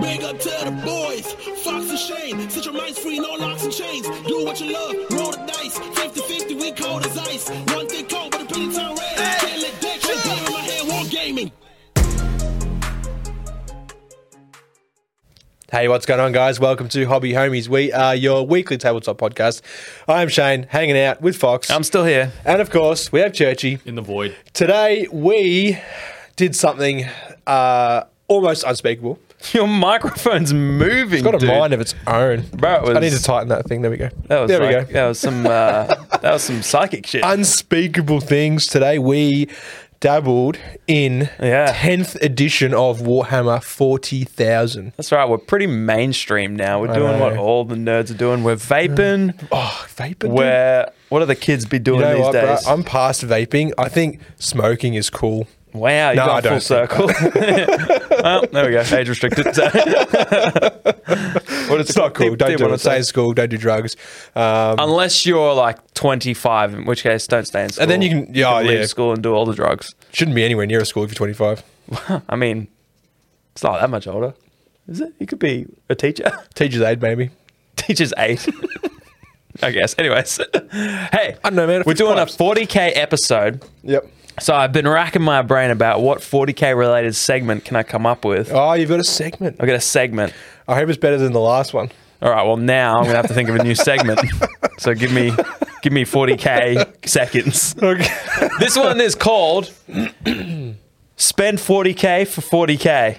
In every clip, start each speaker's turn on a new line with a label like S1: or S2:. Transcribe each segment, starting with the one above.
S1: Big up to the boys, Fox and Shane. Set your minds free, no locks and chains. Do what you love, roll the dice. 50 50, we cold as ice. One thing cold, but the pretty town red. Can't let that go down in my head, war gaming.
S2: Hey, what's going on, guys? Welcome to Hobby Homies. We are your weekly tabletop podcast. I'm Shane, hanging out with Fox.
S3: I'm still here.
S2: and of course, we have Churchy.
S4: in the void.
S2: Today, we did something uh, almost unspeakable.
S3: Your microphone's moving.
S2: Got a
S3: dude.
S2: mind of its own.
S3: Bro, it was-
S2: I need to tighten that thing. There we go.
S3: That was
S2: there we
S3: like-
S2: go.
S3: That was some. Uh, that was some psychic shit.
S2: Unspeakable things. Today, we dabbled in
S3: Yeah.
S2: 10th edition of Warhammer 40,000.
S3: That's right. We're pretty mainstream now. We're doing what
S2: know.
S3: all the nerds are doing. We're vaping.
S2: Oh, vapor. dude.
S3: We're what do the kids be doing
S2: You know
S3: these
S2: what, bro?
S3: days?
S2: I'm past vaping. I think smoking is cool.
S3: wow, you
S2: No, I
S3: got full
S2: don't think
S3: circle. well, there we go. Age restricted. So-
S2: Well, it's, not cool.
S3: Tip-
S2: don't
S3: tip
S2: do
S3: what
S2: it.
S3: it's
S2: Stay in
S3: like.
S2: school. Don't do drugs. Um,
S3: Unless you're like 25, in which case don't stay in school.
S2: And then you can- yeah,
S3: leave
S2: yeah.
S3: school and do all the drugs.
S2: shouldn't be anywhere near a school if you're 25.
S3: I mean, it's not that much older, is it? You could be a teacher.
S2: Teacher's aid, maybe.
S3: teaches eight. I guess. Anyways, hey,
S2: I don't know, man.
S3: We're doing
S2: Pipes.
S3: a 40k episode,
S2: Yep.
S3: so I've been racking my brain about what 40k related segment can I come up with.
S2: Oh, you've got a segment.
S3: I've got a segment.
S2: I hope it's better than the last one.
S3: All right. Well, now I'm gonna have to think of a new segment. so give me, give me 40k seconds.
S2: Okay.
S3: This one is called "Spend 40k for 40k."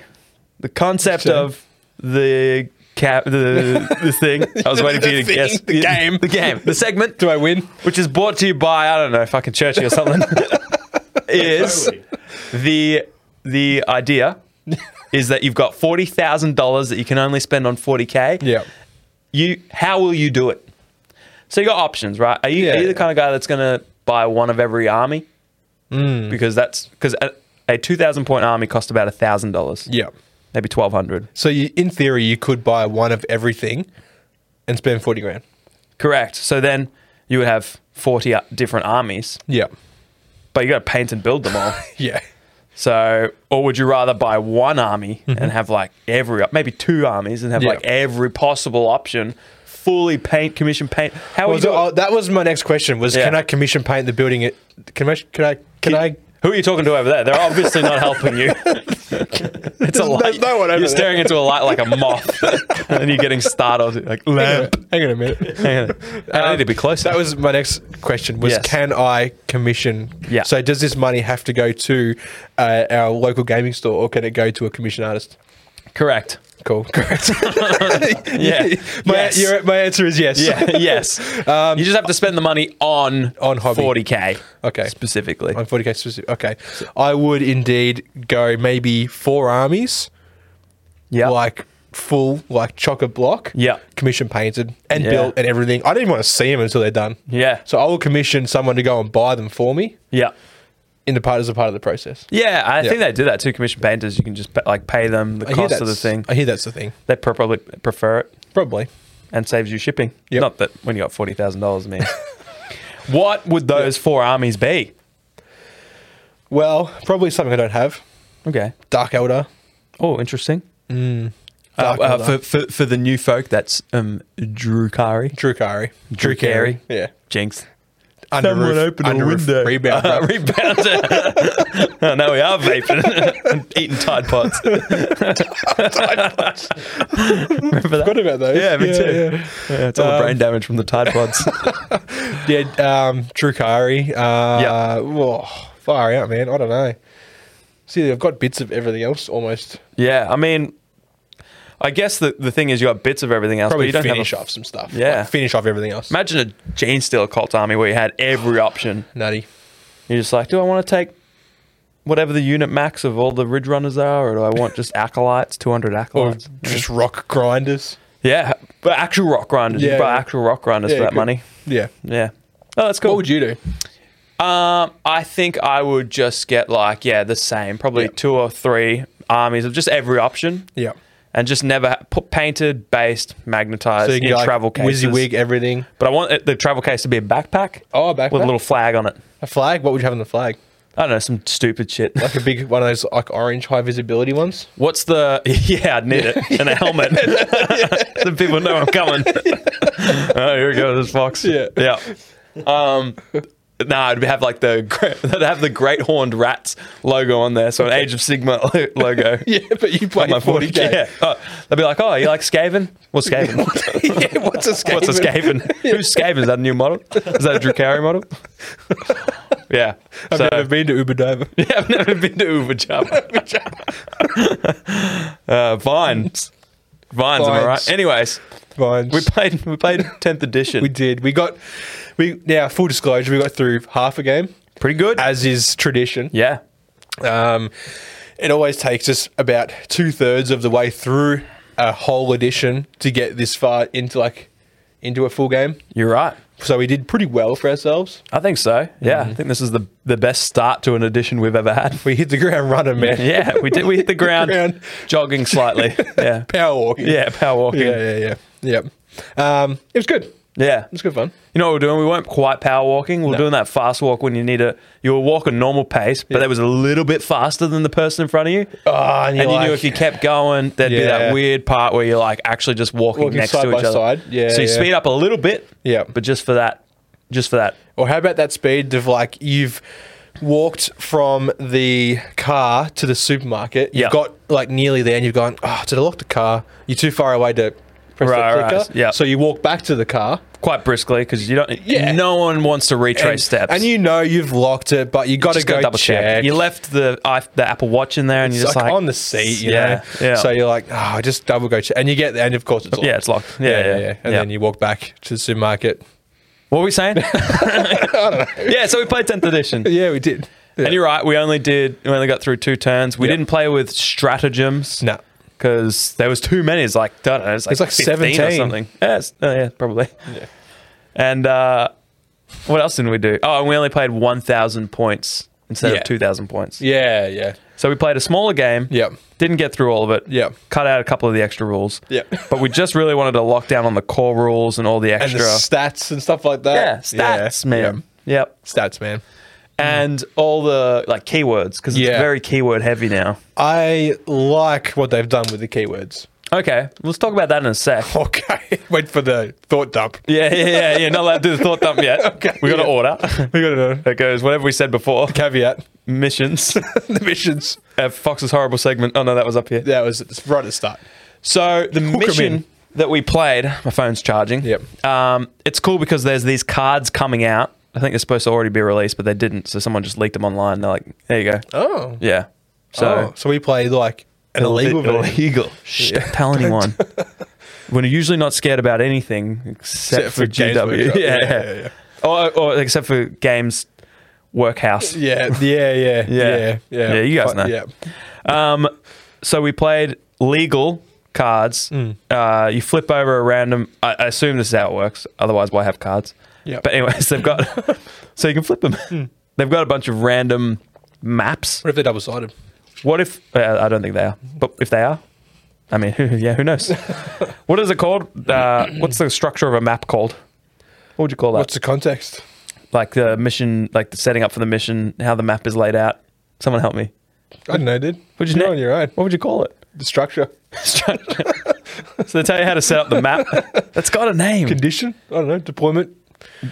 S3: The concept
S2: Okay.
S3: of the cap, the the thing. I was waiting for you to
S2: The thing,
S3: guess
S2: the game.
S3: the game, the segment.
S2: do I win?
S3: which is brought to you by I don't know fucking Churchy or something, is
S4: Totally.
S3: the the idea is that you've got forty thousand dollars that you can only spend on forty k.
S2: Yeah.
S3: You how will you do it? So you got options, right? Are you
S2: Yeah,
S3: are you
S2: yeah.
S3: the kind of guy that's gonna buy one of every army?
S2: Mm.
S3: Because that's because a, a two thousand point army costs about thousand dollars.
S2: Yeah.
S3: Maybe twelve hundred.
S2: So you, in theory, you could buy one of everything and spend 40 grand.
S3: Correct. So then you would have forty uh, different armies,
S2: Yeah.
S3: but you got to paint and build them all.
S2: Yeah.
S3: So, or would you rather buy one army and have like every, maybe two armies and have
S2: Mm-hmm. Yeah.
S3: like every possible option, fully paint, commission paint? How
S2: Well,
S3: would you?
S2: so, oh, that was my next question was
S3: Yeah.
S2: can I commission paint the building? It, can I, can I, can I,
S3: who are you talking to over there? They're obviously not helping you. it's a
S2: no-
S3: light.
S2: no one over
S3: You're
S2: there.
S3: staring into a light like a moth, and then you're getting startled. Like lamp.
S2: hang on a minute. Uh,
S3: Hang on. I need to be closer.
S2: Um, That was my next question. Was
S3: Yes.
S2: can I commission?
S3: Yeah.
S2: So does this money have to go to uh, our local gaming store, or can it go to a commission artist?
S3: correct.
S2: Cool. Correct.
S3: Yeah.
S2: my,
S3: Yes.
S2: your- my answer is yes.
S3: Yeah. yes. you just have to spend the money on
S2: um, On hobby.
S3: 40k.
S2: Okay.
S3: Specifically.
S2: On 40k specific. Okay. I would indeed go maybe four armies,
S3: Yeah.
S2: like full, like chock a block.
S3: Yeah.
S2: Commission painted and
S3: Yeah.
S2: built and everything. I don't even want to see them until they're done.
S3: Yeah.
S2: So I will commission someone to go and buy them for me
S3: yeah.
S2: in the part as a part of the process.
S3: Yeah, I
S2: Yeah.
S3: think they do that too. Commission painters, you can just pa- like pay them the
S2: I hear
S3: cost of the
S2: that's-
S3: thing.
S2: I hear that's the thing.
S3: They pr- probably prefer it
S2: Probably.
S3: and saves you shipping.
S2: Yep.
S3: Not that when you got forty thousand dollars, man. what would those four armies be?
S2: Well, probably something I don't have.
S3: Okay.
S2: Dark Elder.
S3: Oh, interesting. Uh,
S2: Hmm. Dark
S3: uh,
S2: Elder.
S3: for, for for the new folk, that's um, Drukari,
S2: Drukari.
S3: Drukari.
S2: Yeah.
S3: Jinx.
S2: Under
S3: Someone
S2: roof,
S3: open a
S2: under roof,
S3: window.
S2: Rebound.
S3: Uh, rebound. Oh, now we are vaping and eating Tide Pods. Remember that?
S2: Forgot about those.
S3: Yeah, me too.
S2: Yeah,
S3: Yeah, it's all
S2: Um,
S3: brain damage from the Tide Pods.
S2: yeah. yeah um, Drukari. Uh,
S3: Yeah.
S2: Whoa, far out, man. I don't know. See, I've got bits of everything else almost.
S3: Yeah, I mean, I guess the, the thing is you got bits of everything else,
S2: Probably
S3: but you don't
S2: finish
S3: have. A,
S2: off some stuff.
S3: Yeah.
S2: Like, finish off everything else.
S3: imagine a Gene Steel cult army where you had every option.
S2: Nutty.
S3: You're just like, do I want to take whatever the unit max of all the Ridge Runners are, or do I want just acolytes, 200
S2: Or
S3: acolytes?
S2: just rock grinders.
S3: yeah, but actual rock grinders.
S2: Yeah,
S3: you buy
S2: yeah.
S3: actual rock grinders
S2: Yeah,
S3: for that
S2: good.
S3: money.
S2: Yeah.
S3: Yeah. Oh, that's cool.
S2: What would you do?
S3: Um, I think I would just get like yeah, the same, probably
S2: Yeah.
S3: two or three armies of just every option.
S2: Yeah.
S3: and just never ha- put painted, based, magnetized
S2: So you
S3: in
S2: can go, like,
S3: travel cases.
S2: WYSIWYG, everything.
S3: But I want it- the travel case to be a backpack
S2: Oh, back
S3: with a little flag on it.
S2: a flag. What would you have in the flag?
S3: I don't know, some stupid shit.
S2: Like a big one of those like orange high visibility ones.
S3: What's the? Yeah, I'd need it and a helmet. the people know I'm coming. oh, here we go. There's Fox.
S2: Yeah.
S3: yeah. Um, no, I'd have like the gre- they'd have the Great Horned Rats logo on there, so an Age of Sigma lo- logo.
S2: Yeah, but you play
S3: on my 40
S2: 40K.
S3: Yeah. Oh, they'd be like, oh, you like Skaven? What's Skaven?
S2: yeah, what's a scaven?
S3: What's a Skaven? Who's Skaven? Is that a new model? Is that a Drew Carey model? yeah.
S2: I've
S3: So-
S2: never been to Uber Diver.
S3: yeah, I've never been to Uber Java. uh, Vines. Vines, am I
S2: Vines.
S3: right? Anyways,
S2: Vines.
S3: we played we played 10th edition.
S2: We did. We got we now full disclosure. We got through half a game,
S3: Pretty good.
S2: as is tradition.
S3: yeah.
S2: Um, it always takes us about two thirds of the way through a whole edition to get this far into like into a full game.
S3: You're right.
S2: So we did pretty well for ourselves.
S3: I think so. Yeah,
S2: Mm-hmm.
S3: I think this is the the best start to an edition we've ever had.
S2: We hit the ground running, man.
S3: Yeah, we did. We hit the ground,
S2: ground.
S3: jogging slightly. Yeah,
S2: Power walking.
S3: yeah, power walking.
S2: Yeah, yeah, yeah. Yep. Um, it was good. It
S3: yeah.
S2: was good fun.
S3: You know what we're doing? We weren't quite power walking. We were
S2: No.
S3: doing that fast walk when you need a. You were walking normal pace, but it was a little bit faster than the person in front of you.
S2: Oh, you're
S3: and you knew
S2: like-
S3: if you kept going, there'd be
S2: Yeah.
S3: that weird part where you're like actually just walking,
S2: Walking
S3: next
S2: side
S3: to each
S2: by
S3: other.
S2: side. Yeah,
S3: so you
S2: yeah.
S3: speed up a little bit.
S2: Yeah.
S3: But just for that, just for that.
S2: Or how about that speed of like you've walked from the car to the supermarket, you've
S3: Yeah.
S2: got like nearly there, and you've gone, oh, did I lock the car? You're too far away to press
S3: Right,
S2: the
S3: right,
S2: clicker.
S3: yeah.
S2: So you walk back to the car.
S3: Quite briskly, because you don't.
S2: Yeah.
S3: No one wants to retrace
S2: and,
S3: steps.
S2: And you know you've locked it, but you got to
S3: just
S2: go
S3: gotta double check. You left the i- the Apple Watch in there, and
S2: It's
S3: you're just
S2: like,
S3: like,
S2: on the seat, you
S3: yeah,
S2: know.
S3: Yeah.
S2: So you're like, oh, just double go check, and you get there, and of course it's locked.
S3: Yeah, it's locked. Yeah, yeah,
S2: And
S3: yeah.
S2: then you walk back to the supermarket.
S3: what were we saying? Yeah. So we played 10th edition.
S2: Yeah, we did. Yeah.
S3: And you're right. We only did. We only got through two turns. We
S2: Yeah.
S3: didn't play with stratagems.
S2: No.
S3: because there was too many. It's like I don't know. It's like,
S2: It's like
S3: 15 or
S2: 17.
S3: something. Yeah, it's, oh, yeah probably. And uh, what else didn't we do? Oh, and we only played 1,000 points instead
S2: Yeah.
S3: of 2,000 points.
S2: Yeah, yeah,
S3: So we played a smaller game.
S2: Yep.
S3: Didn't get through all of it.
S2: Yep.
S3: Cut out a couple of the extra rules.
S2: Yep.
S3: But we just really wanted to lock down on the core rules and all the
S2: and
S3: extra.
S2: the stats and stuff like
S3: yeah,
S2: that.
S3: stats,
S2: Yeah.
S3: man.
S2: Yep.
S3: Yep.
S2: stats, man.
S3: And all the like keywords because it's
S2: Mm. Yeah.
S3: very keyword heavy now.
S2: I like what they've done with the keywords.
S3: Okay, let's talk about that in a sec.
S2: Okay, wait for the thought dump.
S3: Yeah, yeah, yeah. You're not allowed to do the thought dump yet.
S2: Okay,
S3: We got
S2: yeah.
S3: an order
S2: We got to
S3: that goes whatever we said before.
S2: caveat
S3: Missions.
S2: the missions.
S3: uh, Fox's horrible segment. Oh no, that was up here.
S2: That was right at the start.
S3: So the
S2: 'em in.
S3: mission that we played. My phone's charging.
S2: Yep.
S3: Um, it's cool because there's these cards coming out. I think they're supposed to already be released, but they didn't. So someone just leaked them online. They're like, there you go.
S2: Oh,
S3: Yeah.
S2: so
S3: So
S2: so we played like an illegal, version.
S3: Illegal. Shh, don't tell anyone. When you're usually not scared about anything except,
S2: Except
S3: for,
S2: for Games
S3: GW.
S2: Workshop.
S3: Yeah,
S2: Yeah,
S3: yeah,
S2: yeah, yeah.
S3: Or, or except for games workhouse.
S2: Yeah, yeah, yeah,
S3: Yeah.
S2: yeah, yeah.
S3: Yeah, you guys
S2: Fu-
S3: know.
S2: Yeah,
S3: Um, so we played legal cards. Uh, you flip over a random. I, I assume this is how it works. Otherwise, why have cards?
S2: Yep.
S3: But anyways, they've got. so you can flip them. They've got a bunch of random maps.
S2: what if they're double sided?
S3: What if? Uh, I don't think they are. But if they are, I mean, who, yeah, who knows? what is it called? Uh, what's the structure of a map called? What would you call that?
S2: What's the context?
S3: like the mission, like the setting up for the mission, how the map is laid out. Someone help me.
S2: I don't know, dude.
S3: What'd you
S2: You're
S3: na-
S2: on your own.
S3: What would you call it?
S2: The structure,
S3: structure. so they tell you how to set up the map. That's got a name.
S2: condition. I don't know. Deployment.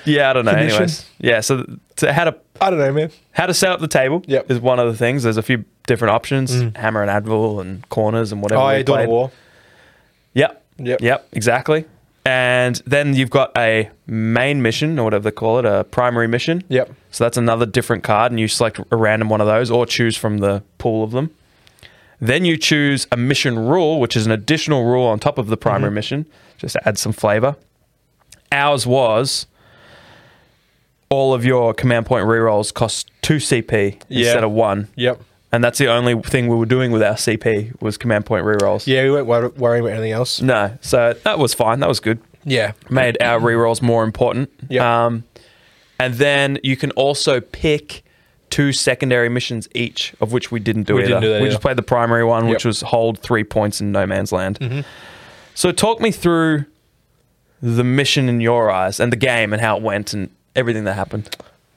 S3: yeah, I don't know.
S2: Condition.
S3: Anyways, yeah. So, th- so how to
S2: I don't know, man.
S3: how to set up the table
S2: Yep. Mm.
S3: is one of the things. There's a few different options: hammer and anvil, and corners, and whatever.
S2: Oh,
S3: we
S2: yeah, Dawn
S3: played.
S2: of War.
S3: Yep.
S2: Yep.
S3: Yep. Exactly. And then you've got a main mission, or whatever they call it, a primary mission.
S2: Yep.
S3: So that's another different card, and you select a random one of those, or choose from the pool of them. Then you choose a mission rule, which is an additional rule on top of the primary
S2: Mm-hmm.
S3: mission, just to add some flavor. Ours was all of your command point rerolls cost two CP
S2: Yeah.
S3: instead of one.
S2: Yep.
S3: And that's the only thing we were doing with our CP was command point rerolls.
S2: Yeah, we weren't wor- worrying about anything else.
S3: No, so that was fine. That was good.
S2: Yeah.
S3: Made our rerolls more important.
S2: Yeah.
S3: Um, and then you can also pick two secondary missions each, of which we didn't do
S2: We
S3: either.
S2: didn't do that
S3: we
S2: either.
S3: just played the primary one, which
S2: Yep. Mm-hmm.
S3: was hold three points in no man's land. So talk me through the mission in your eyes and the game and how it went and everything that happened.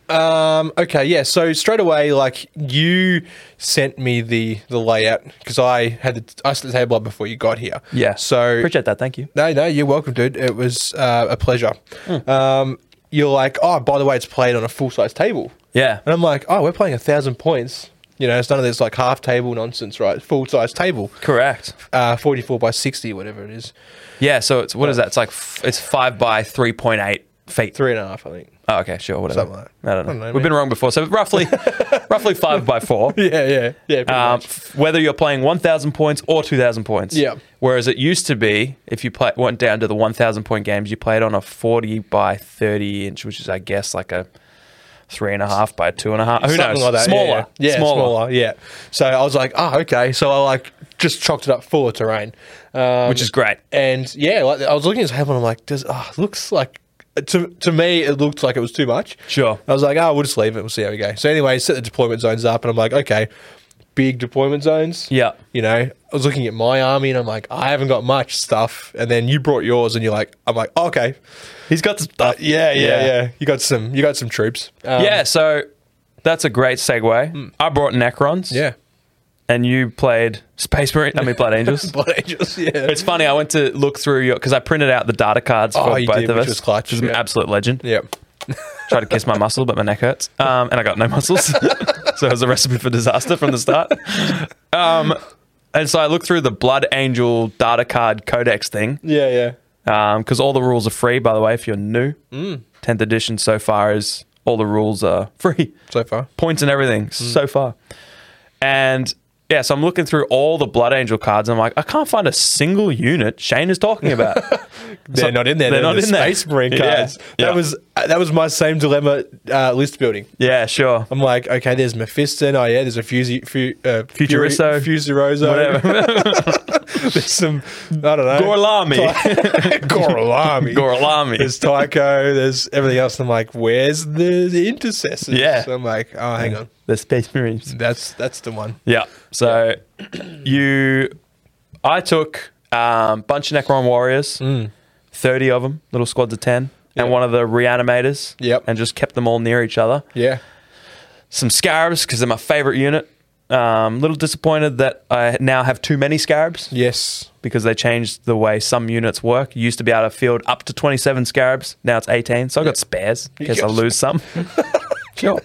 S2: Um, okay, yeah. So straight away, like you sent me the the layout because I had the, I set the table up before you got here.
S3: Yeah.
S2: So
S3: appreciate that. Thank you.
S2: no, no, you're welcome, dude. It was uh, a pleasure.
S3: Hmm.
S2: Um, you're like, oh, by the way, it's played on a full size table.
S3: Yeah.
S2: And I'm like, oh, we're playing a thousand points. You know, it's none of this like half table nonsense, right? Full size table,
S3: Correct.
S2: uh, 44 by 60, whatever it is.
S3: Yeah. So it's what is that? It's like f- it's five by three point eight feet.
S2: Three and a half, I think.
S3: Oh, okay, sure, whatever.
S2: Something like that.
S3: I don't know.
S2: I don't know,
S3: We've been
S2: man.
S3: wrong before. So roughly, roughly five by four.
S2: Yeah, yeah, yeah. pretty
S3: Um,
S2: much.
S3: f- whether you're playing 1,000 points or 2,000 points.
S2: Yeah.
S3: Whereas it used to be, if you play, went down to the 1,000 point games, you played on a 40 by 30 inch, which is, I guess, like a three and a half by two and a half. Who
S2: Something
S3: knows?
S2: like that.
S3: Smaller.
S2: Yeah, yeah. Yeah,
S3: smaller.
S2: smaller. Yeah. So I was like, oh, okay. So I like just chalked it up full of terrain, um,
S3: Which is great.
S2: And yeah, like I was looking at his table and I'm like, does ah looks like to to me it looked like it was too much.
S3: Sure.
S2: I was like, oh, we'll just leave it. We'll see how we go. So anyway, set the deployment zones up, and I'm like, okay, big deployment zones.
S3: Yeah.
S2: You know, I was looking at my army and I'm like, I haven't got much stuff. And then you brought yours, and you're like, I'm like, "Oh, okay,
S3: He's got
S2: Uh,
S3: stuff.
S2: yeah, yeah,
S3: Yeah.
S2: yeah, You got some, you got some troops. Um, Hmm.
S3: yeah, so that's a great segue. I brought Necrons.
S2: yeah.
S3: And you played Space Marine, I mean, Blood Angels.
S2: Blood Angels, yeah.
S3: It's funny. I went to look through your because I printed out the data cards for
S2: Oh, you
S3: both
S2: did,
S3: of
S2: which
S3: us.
S2: was clutch,
S3: She's an
S2: yeah.
S3: absolute legend.
S2: Yep.
S3: Tried to kiss my muscle, but my neck hurts, um, and I got no muscles, so it was a recipe for disaster from the start. Um, and so I looked through the Blood Angel data card codex thing
S2: Yeah, yeah.
S3: because all the rules are free. By the way, if you're new,
S2: Mm.
S3: tenth edition so far is all the rules are free
S2: So far.
S3: points and everything
S2: Mm.
S3: so far. And yeah, so I'm looking through all the Blood Angel cards. And I'm like, I can't find a single unit Shane is talking about.
S2: They're
S3: So-
S2: not in there.
S3: They're not
S2: the
S3: in there.
S2: Space Marine
S3: Yeah.
S2: cards.
S3: Yeah.
S2: That was uh, that was my same dilemma uh, list building.
S3: yeah, sure.
S2: I'm like, okay, there's Mephiston. Oh yeah, there's a Fusi, fu, uh,
S3: Futuriso.
S2: Fusirozo.
S3: Whatever.
S2: there's some, I don't know,
S3: Gorlami.
S2: Gorlami,
S3: Gorlami.
S2: There's Tycho. There's everything else. I'm like, where's the, the intercessors?
S3: Yeah.
S2: So I'm like, oh, hang on,
S3: The Space Marines.
S2: that's that's the one.
S3: Yeah. So you, I took a um, bunch of Necron warriors, 30 of them, little squads of 10, and
S2: Yep.
S3: one of the reanimators.
S2: Yep.
S3: And just kept them all near each other.
S2: Yeah.
S3: some scarabs because they're my favorite unit. Um, little disappointed that I now have too many scarabs
S2: Yes.
S3: because they changed the way some units work. You used to be able to field up to 27 scarabs, now it's 18. So I've got spares in case I
S2: Yes.
S3: lose some. sure.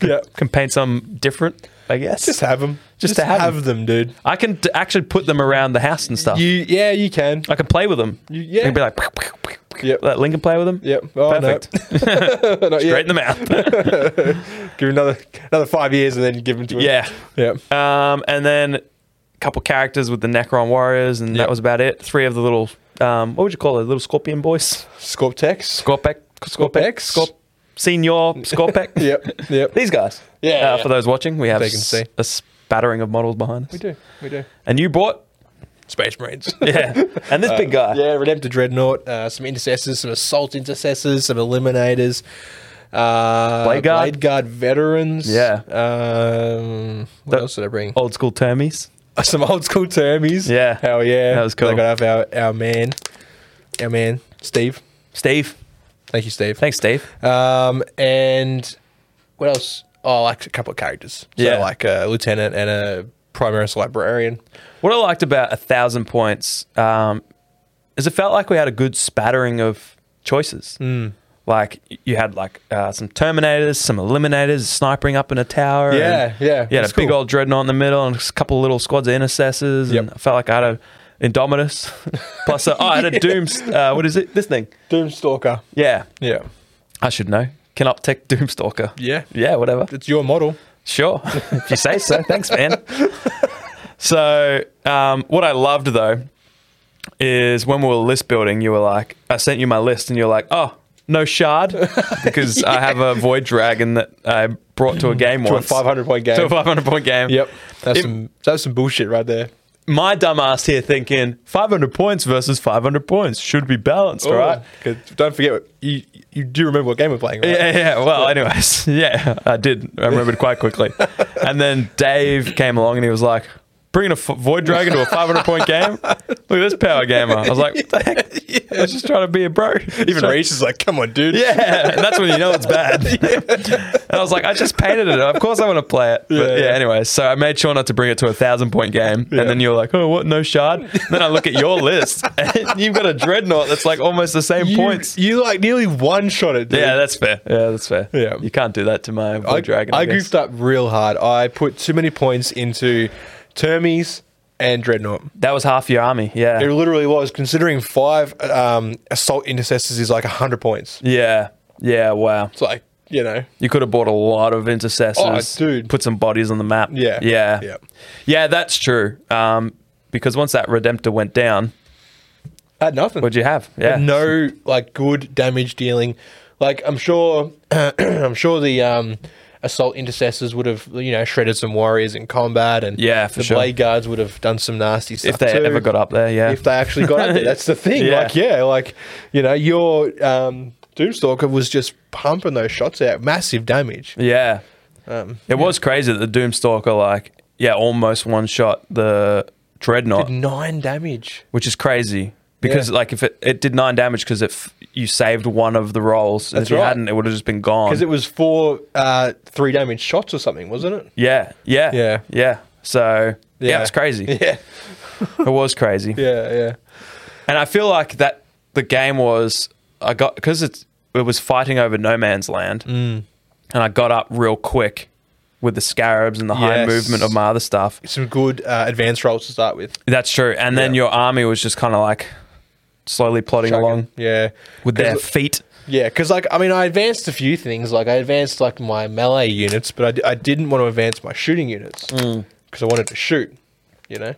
S2: Yeah.
S3: Can paint some different, I guess.
S2: Just have them.
S3: Just to have 'em.
S2: them, dude.
S3: I can t- actually put them around the house and stuff.
S2: You yeah, you can.
S3: I can play with them.
S2: You- yeah.
S3: I can be like, pew, pew, pew, pew.
S2: Yep.
S3: let Lincoln play with them.
S2: Yep. Oh, no.
S3: Perfect.
S2: Not yet.
S3: Straight in the mouth.
S2: give him another another five years and then give him to him.
S3: yeah.
S2: Yeah.
S3: Um, and then a couple characters with the Necron Warriors, and that
S2: Yep.
S3: was about it. Three of the little, um, what would you call it? Little Scorpion boys?
S2: Scorptex.
S3: Scorpec?
S2: Scorpex?
S3: Scorpec? Scorp- Senior Scorpec?
S2: Yep. Yep.
S3: These guys.
S2: Yeah,
S3: Uh,
S2: yeah.
S3: For those watching, we have
S2: They can
S3: s-
S2: see.
S3: a spattering of models behind us.
S2: we do. We do.
S3: And you bought?
S2: Space Marines.
S3: Yeah. and this big guy.
S2: Uh, yeah. Redemptor Dreadnought. Uh, some intercessors. Some assault intercessors. Some eliminators. Uh,
S3: Blade Guard?
S2: Blade Guard veterans.
S3: Yeah.
S2: Um, what
S3: The-
S2: else did I bring?
S3: Old school termies.
S2: Some old school termies.
S3: Oh. Yeah.
S2: Hell yeah.
S3: That was cool.
S2: They got our our man, our man Steve.
S3: Steve.
S2: Thank you, Steve.
S3: Thanks, Steve.
S2: Um, and what else? Oh, like a couple of characters. So
S3: Yeah.
S2: like a lieutenant and a primaris librarian.
S3: What I liked about a thousand points um, is it felt like we had a good spattering of choices.
S2: Hmm.
S3: Mm. Like y- you had like uh, some terminators, some eliminators, snipering up in a tower.
S2: Yeah,
S3: and
S2: yeah,
S3: You had a
S2: it's
S3: big
S2: cool.
S3: old dreadnought in the middle, and a couple of little squads of intercessors. And
S2: Yep.
S3: I felt like I had a Indominus. Plus, a, oh, I had a Doom. Uh, what is it? This thing.
S2: Doomstalker.
S3: Yeah,
S2: Yeah.
S3: I should know. Canoptech Doomstalker.
S2: Yeah.
S3: Yeah, whatever.
S2: It's your model.
S3: Sure, if you say so. Thanks, man. So, um, what I loved though is when we were list building, you were like, I sent you my list, and you're like, oh, no shard, because I have a void dragon that I brought to a game
S2: Mm. To a
S3: once,
S2: 500 point game.
S3: to a 500 point game.
S2: Yep. That's
S3: It-
S2: some that's some bullshit right there.
S3: My dumbass here thinking 500 points versus 500 points should be balanced,
S2: All
S3: right?
S2: Don't forget, what- you you do remember what game we're playing, right?
S3: Yeah, yeah. Well, anyways, yeah, I did. I remembered quite quickly. and then Dave came along and he was like, bringing a f- Void Dragon to a 500 point game. Look at this power gamer. I was like, what the heck? I was just trying to be a bro.
S2: Even
S3: Try-
S2: Reach is like, come on, dude.
S3: Yeah, and that's when you know it's bad. and I was like, I just painted it. Of course I want to play it. But
S2: Yeah.
S3: yeah, anyway, so I made sure not to bring it to a thousand point game. And then you're like, oh, what? No shard? And then I look at your list and you've got a dreadnought that's like almost the same
S2: You,
S3: points.
S2: You like nearly one shot it, dude.
S3: yeah, that's fair. Yeah, that's fair.
S2: Yeah.
S3: You can't do that to my Void
S2: I,
S3: Dragon.
S2: I
S3: I, guess.
S2: goofed up real hard. I put too many points into Termes and Dreadnought.
S3: That was half your army. Yeah.
S2: It literally was. Considering five um, assault intercessors is like hundred points.
S3: yeah. Yeah. Wow.
S2: It's like you know,
S3: You could have bought a lot of intercessors.
S2: Oh, dude.
S3: Put some bodies on the map.
S2: Yeah.
S3: Yeah.
S2: Yeah.
S3: Yeah, that's true. Um, because once that Redemptor went down,
S2: I had nothing.
S3: what'd you have? Yeah.
S2: Had no like good damage dealing. Like I'm sure, I'm sure the um, assault intercessors would have you know shredded some warriors in combat, and
S3: Yeah, for
S2: the
S3: sure.
S2: blade guards would have done some nasty stuff
S3: If they
S2: too.
S3: ever got up there, yeah.
S2: If they actually got up there, that's the thing.
S3: Yeah.
S2: Like yeah, like you know your um, Doomstalker was just pumping those shots out, massive damage.
S3: yeah.
S2: Um,
S3: it was crazy that the Doomstalker, like, yeah, almost one shot the Dreadnought,
S2: Nine damage.
S3: which is crazy. Because,
S2: Yeah.
S3: like, if it, it did nine damage, because if you saved one of the rolls, and
S2: That's
S3: if you
S2: right.
S3: hadn't, it would have just been gone.
S2: Because it was four uh, three damage shots or something, wasn't it?
S3: yeah. Yeah.
S2: Yeah.
S3: Yeah. So, yeah, it's crazy.
S2: Yeah,
S3: It was crazy.
S2: yeah, yeah.
S3: And I feel like that the game was I got because it's it was fighting over no man's land, mm. and I got up real quick with the scarabs and the high
S2: Yes.
S3: movement of my other stuff.
S2: Some good uh, advanced rolls to start with.
S3: That's true. And then
S2: Yeah.
S3: your army was just kind of like slowly plodding
S2: Chugging.
S3: along
S2: Yeah.
S3: with their
S2: 'Cause-
S3: feet.
S2: yeah, because like I mean, I advanced a few things. Like I advanced like my melee units, but I d- I didn't want to advance my shooting units because
S3: Mm.
S2: I wanted to shoot. You know,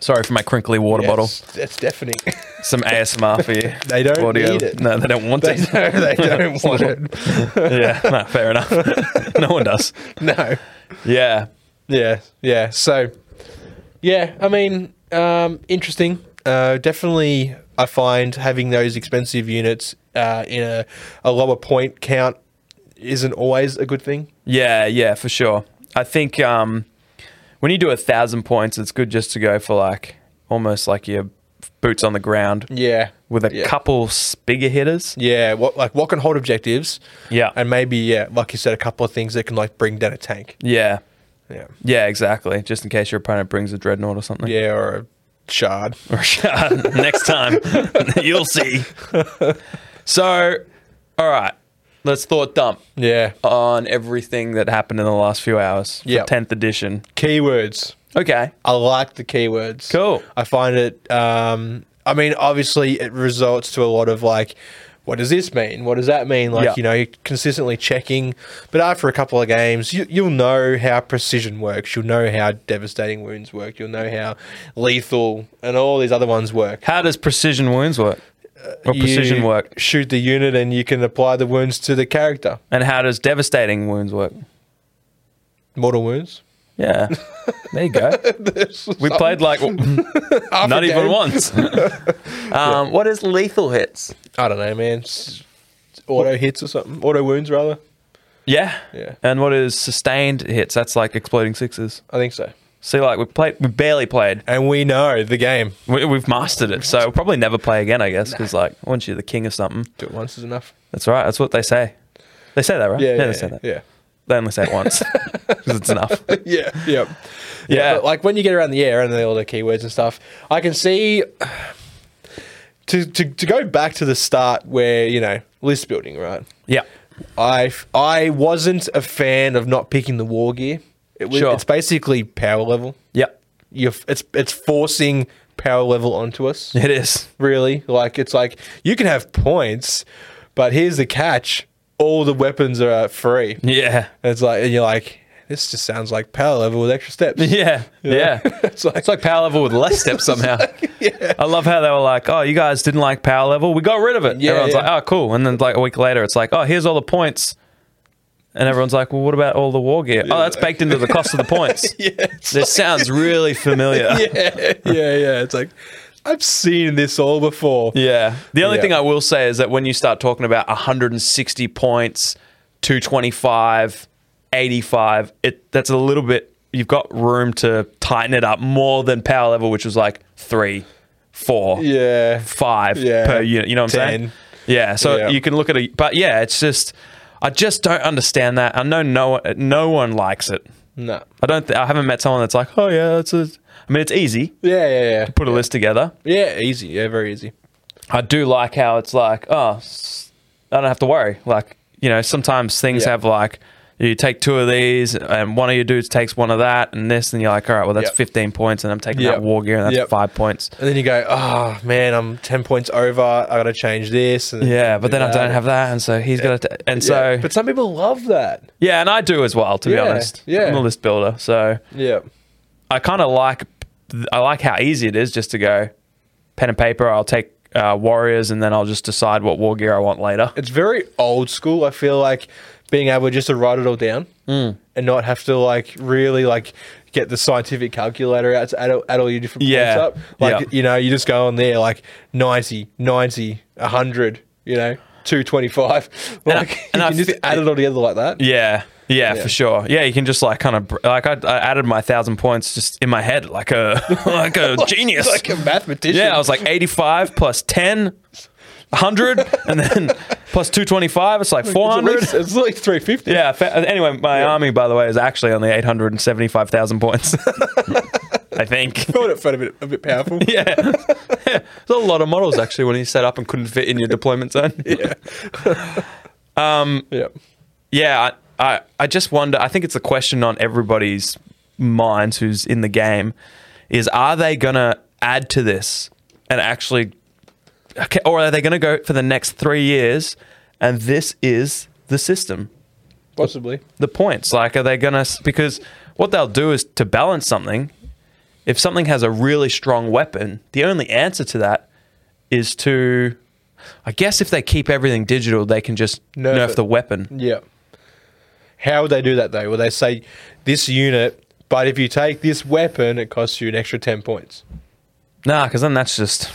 S3: Sorry for my crinkly water
S2: Yes,
S3: bottle.
S2: That's deafening.
S3: Some ASMR for you.
S2: They don't need it.
S3: No, they don't want
S2: they
S3: it.
S2: don't, they don't want it.
S3: yeah, no, fair enough. no one does.
S2: No.
S3: Yeah,
S2: Yeah, yeah. So, yeah, I mean, um, interesting. Uh, definitely, I find having those expensive units uh, in a, a lower point count isn't always a good thing.
S3: Yeah, yeah, for sure. I think um, when you do a thousand points, it's good just to go for like almost like your boots on the ground
S2: Yeah,
S3: with a
S2: yeah.
S3: couple s- bigger hitters.
S2: Yeah, what like what can hold objectives?
S3: Yeah.
S2: and maybe yeah, like you said, a couple of things that can like bring down a tank.
S3: Yeah,
S2: Yeah,
S3: yeah, exactly. Just in case your opponent brings a dreadnought or something.
S2: yeah, or a shard.
S3: Or a shard. Next time, you'll see. So, all right, let's thought dump
S2: Yeah,
S3: on everything that happened in the last few hours. for
S2: Yeah.
S3: 10th edition.
S2: keywords.
S3: Okay.
S2: I like the keywords.
S3: Cool.
S2: I find it. Um, I mean, obviously, it results to a lot of like, what does this mean? What does that mean? Like,
S3: Yeah.
S2: you know, consistently checking. But after a couple of games, you, you'll know how precision works. You'll know how devastating wounds work. You'll know how lethal and all these other ones work.
S3: How does precision wounds work? Or precision
S2: Uh, You
S3: work?
S2: Shoot the unit, and you can apply the wounds to the character.
S3: And how does devastating wounds work?
S2: Mortal wounds.
S3: Yeah. There you go. we played like
S2: Half
S3: not
S2: a
S3: even
S2: game.
S3: once. um, What is lethal hits?
S2: I don't know, man. It's auto hits or something. Auto wounds, rather.
S3: Yeah.
S2: Yeah.
S3: And what is sustained hits? That's like exploding sixes.
S2: I think so.
S3: See, like we played, we barely played.
S2: And we know the game.
S3: We, we've mastered it, so we'll probably never play again, I guess, because like once you're the king of something,
S2: Do it once is enough.
S3: that's all right. That's what they say. They say that, right?
S2: Yeah, yeah,
S3: they
S2: yeah,
S3: say that.
S2: yeah,
S3: They only say it once 'Cause it's enough.
S2: yeah, yep.
S3: Yeah.
S2: But like when you get around the air and all the keywords and stuff, I can see. To, to, to go back to the start where you know list building right,
S3: yeah.
S2: I f- I wasn't a fan of not picking the war gear. It was,
S3: Sure.
S2: It's basically power level.
S3: Yep.
S2: You're, f- it's it's forcing power level onto us.
S3: It is.
S2: Really, like it's like you can have points, but here's the catch: all the weapons are uh, free.
S3: Yeah.
S2: And it's like, and you're like, this just sounds like power level with extra steps.
S3: Yeah. Yeah.
S2: it's like,
S3: It's like power level with less steps somehow.
S2: yeah.
S3: I love how they were like, "Oh, you guys didn't like power level. We got rid of it."
S2: Yeah,
S3: everyone's
S2: yeah.
S3: like, "Oh, cool." And then like a week later, it's like, "Oh, here's all the points," and everyone's like, "Well, what about all the war gear? oh, that's baked into the cost of the points."
S2: yeah, it's
S3: This sounds really familiar.
S2: like- yeah, yeah, yeah. It's like, I've seen this all before.
S3: Yeah. The only
S2: Yeah.
S3: thing I will say is that when you start talking about 160 points, 225, 85, it that's a little bit you've got room to tighten it up more than power level, which was like three, four,
S2: Yeah.
S3: five
S2: Yeah.
S3: per unit. You know what I'm saying?
S2: Ten.
S3: Yeah. So
S2: Yeah.
S3: you can look at it, but yeah, it's just I just don't understand that. I know no one- no one likes it.
S2: No.
S3: I don't. Th- I haven't met someone that's like, oh yeah, that's a. I mean, it's easy.
S2: Yeah, yeah, yeah.
S3: Put a list together.
S2: Yeah, easy. Yeah, very easy.
S3: I do like how it's like, oh, s- I don't have to worry. Like, you know, sometimes things
S2: Yeah.
S3: have like, you take two of these and one of your dudes takes one of that and this, and you're like, all right, well, that's
S2: Yep.
S3: 15 points, and I'm taking
S2: Yep.
S3: that war gear, and that's
S2: Yep.
S3: five points.
S2: And then you go, oh man, I'm ten points over. I got to change this. And
S3: Yeah, but then I don't have that, and so he's got to, and so,
S2: Yeah. But some people love that.
S3: yeah, and I do as well, to be
S2: Yeah,
S3: honest.
S2: yeah.
S3: I'm a list builder, so
S2: Yeah.
S3: I kind of like, I like how easy it is just to go pen and paper. I'll take uh, warriors, and then I'll just decide what war gear I want later.
S2: It's very old school. I feel like being able just to write it all down
S3: Hmm.
S2: and not have to like really like get the scientific calculator out to add, all- add all your different
S3: Yeah.
S2: points up. Like
S3: Yeah.
S2: you know, you just go on there like 90, 90, 100, you know, 225.
S3: And I-
S2: Like
S3: and
S2: you
S3: I
S2: can just
S3: fe-
S2: add it all together like that.
S3: Yeah, yeah,
S2: Yeah.
S3: for sure. Yeah, you can just like kind of like I, I added my thousand points just in my head, like a like a genius.
S2: Like a mathematician.
S3: yeah, I was like eighty five plus 10, 100, and then plus two twenty five. It's like four
S2: It's at least-
S3: hundred.
S2: It's like 350.
S3: Yeah. Fa- anyway, my army, by the way, is actually only eight hundred and seventy five thousand points. I think.
S2: thought it felt a bit a bit powerful.
S3: Yeah. yeah, there's a lot of models actually when you set up and couldn't fit in your deployment zone.
S2: yeah. yeah.
S3: Yeah, I, I, I just wonder. I think it's a question on everybody's minds who's in the game: is are they gonna add to this and actually, okay, or are they gonna go for the next three years and this is the system,
S2: Possibly.
S3: the points? Like, are they gonna s- because what they'll do is to balance something. If something has a really strong weapon, the only answer to that is to, I guess, if they keep everything digital, they can just
S2: Nerf
S3: nerf
S2: it.
S3: the weapon.
S2: Yeah. How would they do that though? Will they say this unit, but if you take this weapon, it costs you an extra ten points?
S3: Nah, because then that's just